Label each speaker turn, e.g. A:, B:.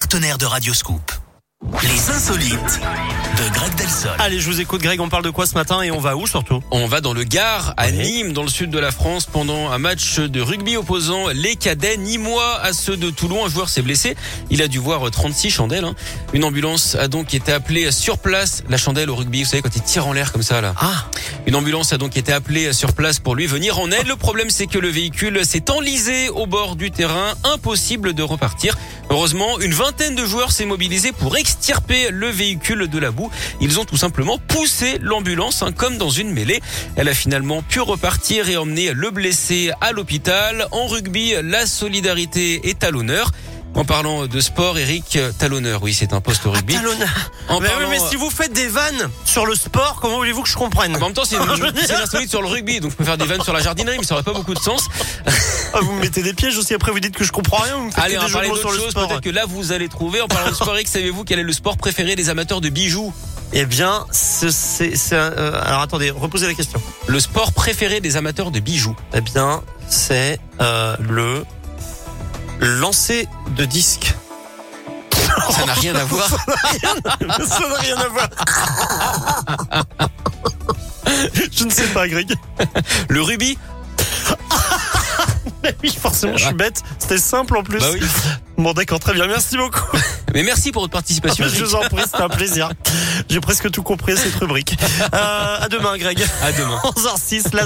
A: partenaire de Radioscoop. Les insolites de Greg Delsol.
B: Allez, je vous écoute Greg, on parle de quoi ce matin et on va où surtout
C: On va dans le Gard, à
B: Ouais.
C: Nîmes, dans le sud de la France, pendant un match de rugby opposant les cadets nîmois à ceux de Toulon. Un joueur s'est blessé. Il a dû voir 36 chandelles. hein. Une ambulance a donc été appelée sur place. La chandelle au rugby, vous savez, quand il tire en l'air comme ça, là.
B: Ah,
C: Une ambulance a donc été appelée sur place pour lui venir en aide. Le problème, c'est que le véhicule s'est enlisé au bord du terrain. Impossible de repartir. Heureusement, une vingtaine de joueurs s'est mobilisé pour extirper le véhicule de la boue. Ils ont tout simplement poussé l'ambulance, hein, comme dans une mêlée. Elle a finalement pu repartir et emmener le blessé à l'hôpital. En rugby, la solidarité est à l'honneur. En parlant de sport, Eric Talonneur, oui, c'est un poste au rugby.
B: Talonna.
C: En
B: Mais, Ah, Bah oui,
C: parlant-
B: mais si vous faites des vannes sur le sport, comment voulez-vous que je comprenne
C: En même temps, c'est une, c'est une insolite sur le rugby, donc je peux faire des vannes sur la jardinerie, mais ça aurait pas beaucoup de sens.
B: Ah, Vous me mettez des pièges aussi, après vous dites que je comprends rien, vous me faites
C: Allez,
B: que
C: on va
B: des jeux de
C: parler
B: mots sur
C: d'autre
B: le
C: chose.
B: sport.
C: Peut-être que là, vous allez trouver. En parlant de sport, Eric, savez-vous quel est le sport préféré des amateurs de bijoux
B: Eh bien, ce- c'est... c'est un- euh, alors attendez, reposez la question.
C: Le sport préféré des amateurs de bijoux.
B: Eh bien, c'est euh, le lancer de disque.
C: Ça n'a rien à voir.
B: Ça n'a rien à voir. je ne sais pas, Greg.
C: Le rugby
B: Oui, forcément, je suis bête. C'était simple en plus.
C: Bah oui.
B: Bon, d'accord, très bien. Merci beaucoup.
C: Mais merci pour votre participation.
B: Ah, bah, je
C: Eric.
B: vous en prie, c'était un plaisir. J'ai presque tout compris à cette rubrique. Euh, à demain, Greg.
C: À demain.
B: 11h06, la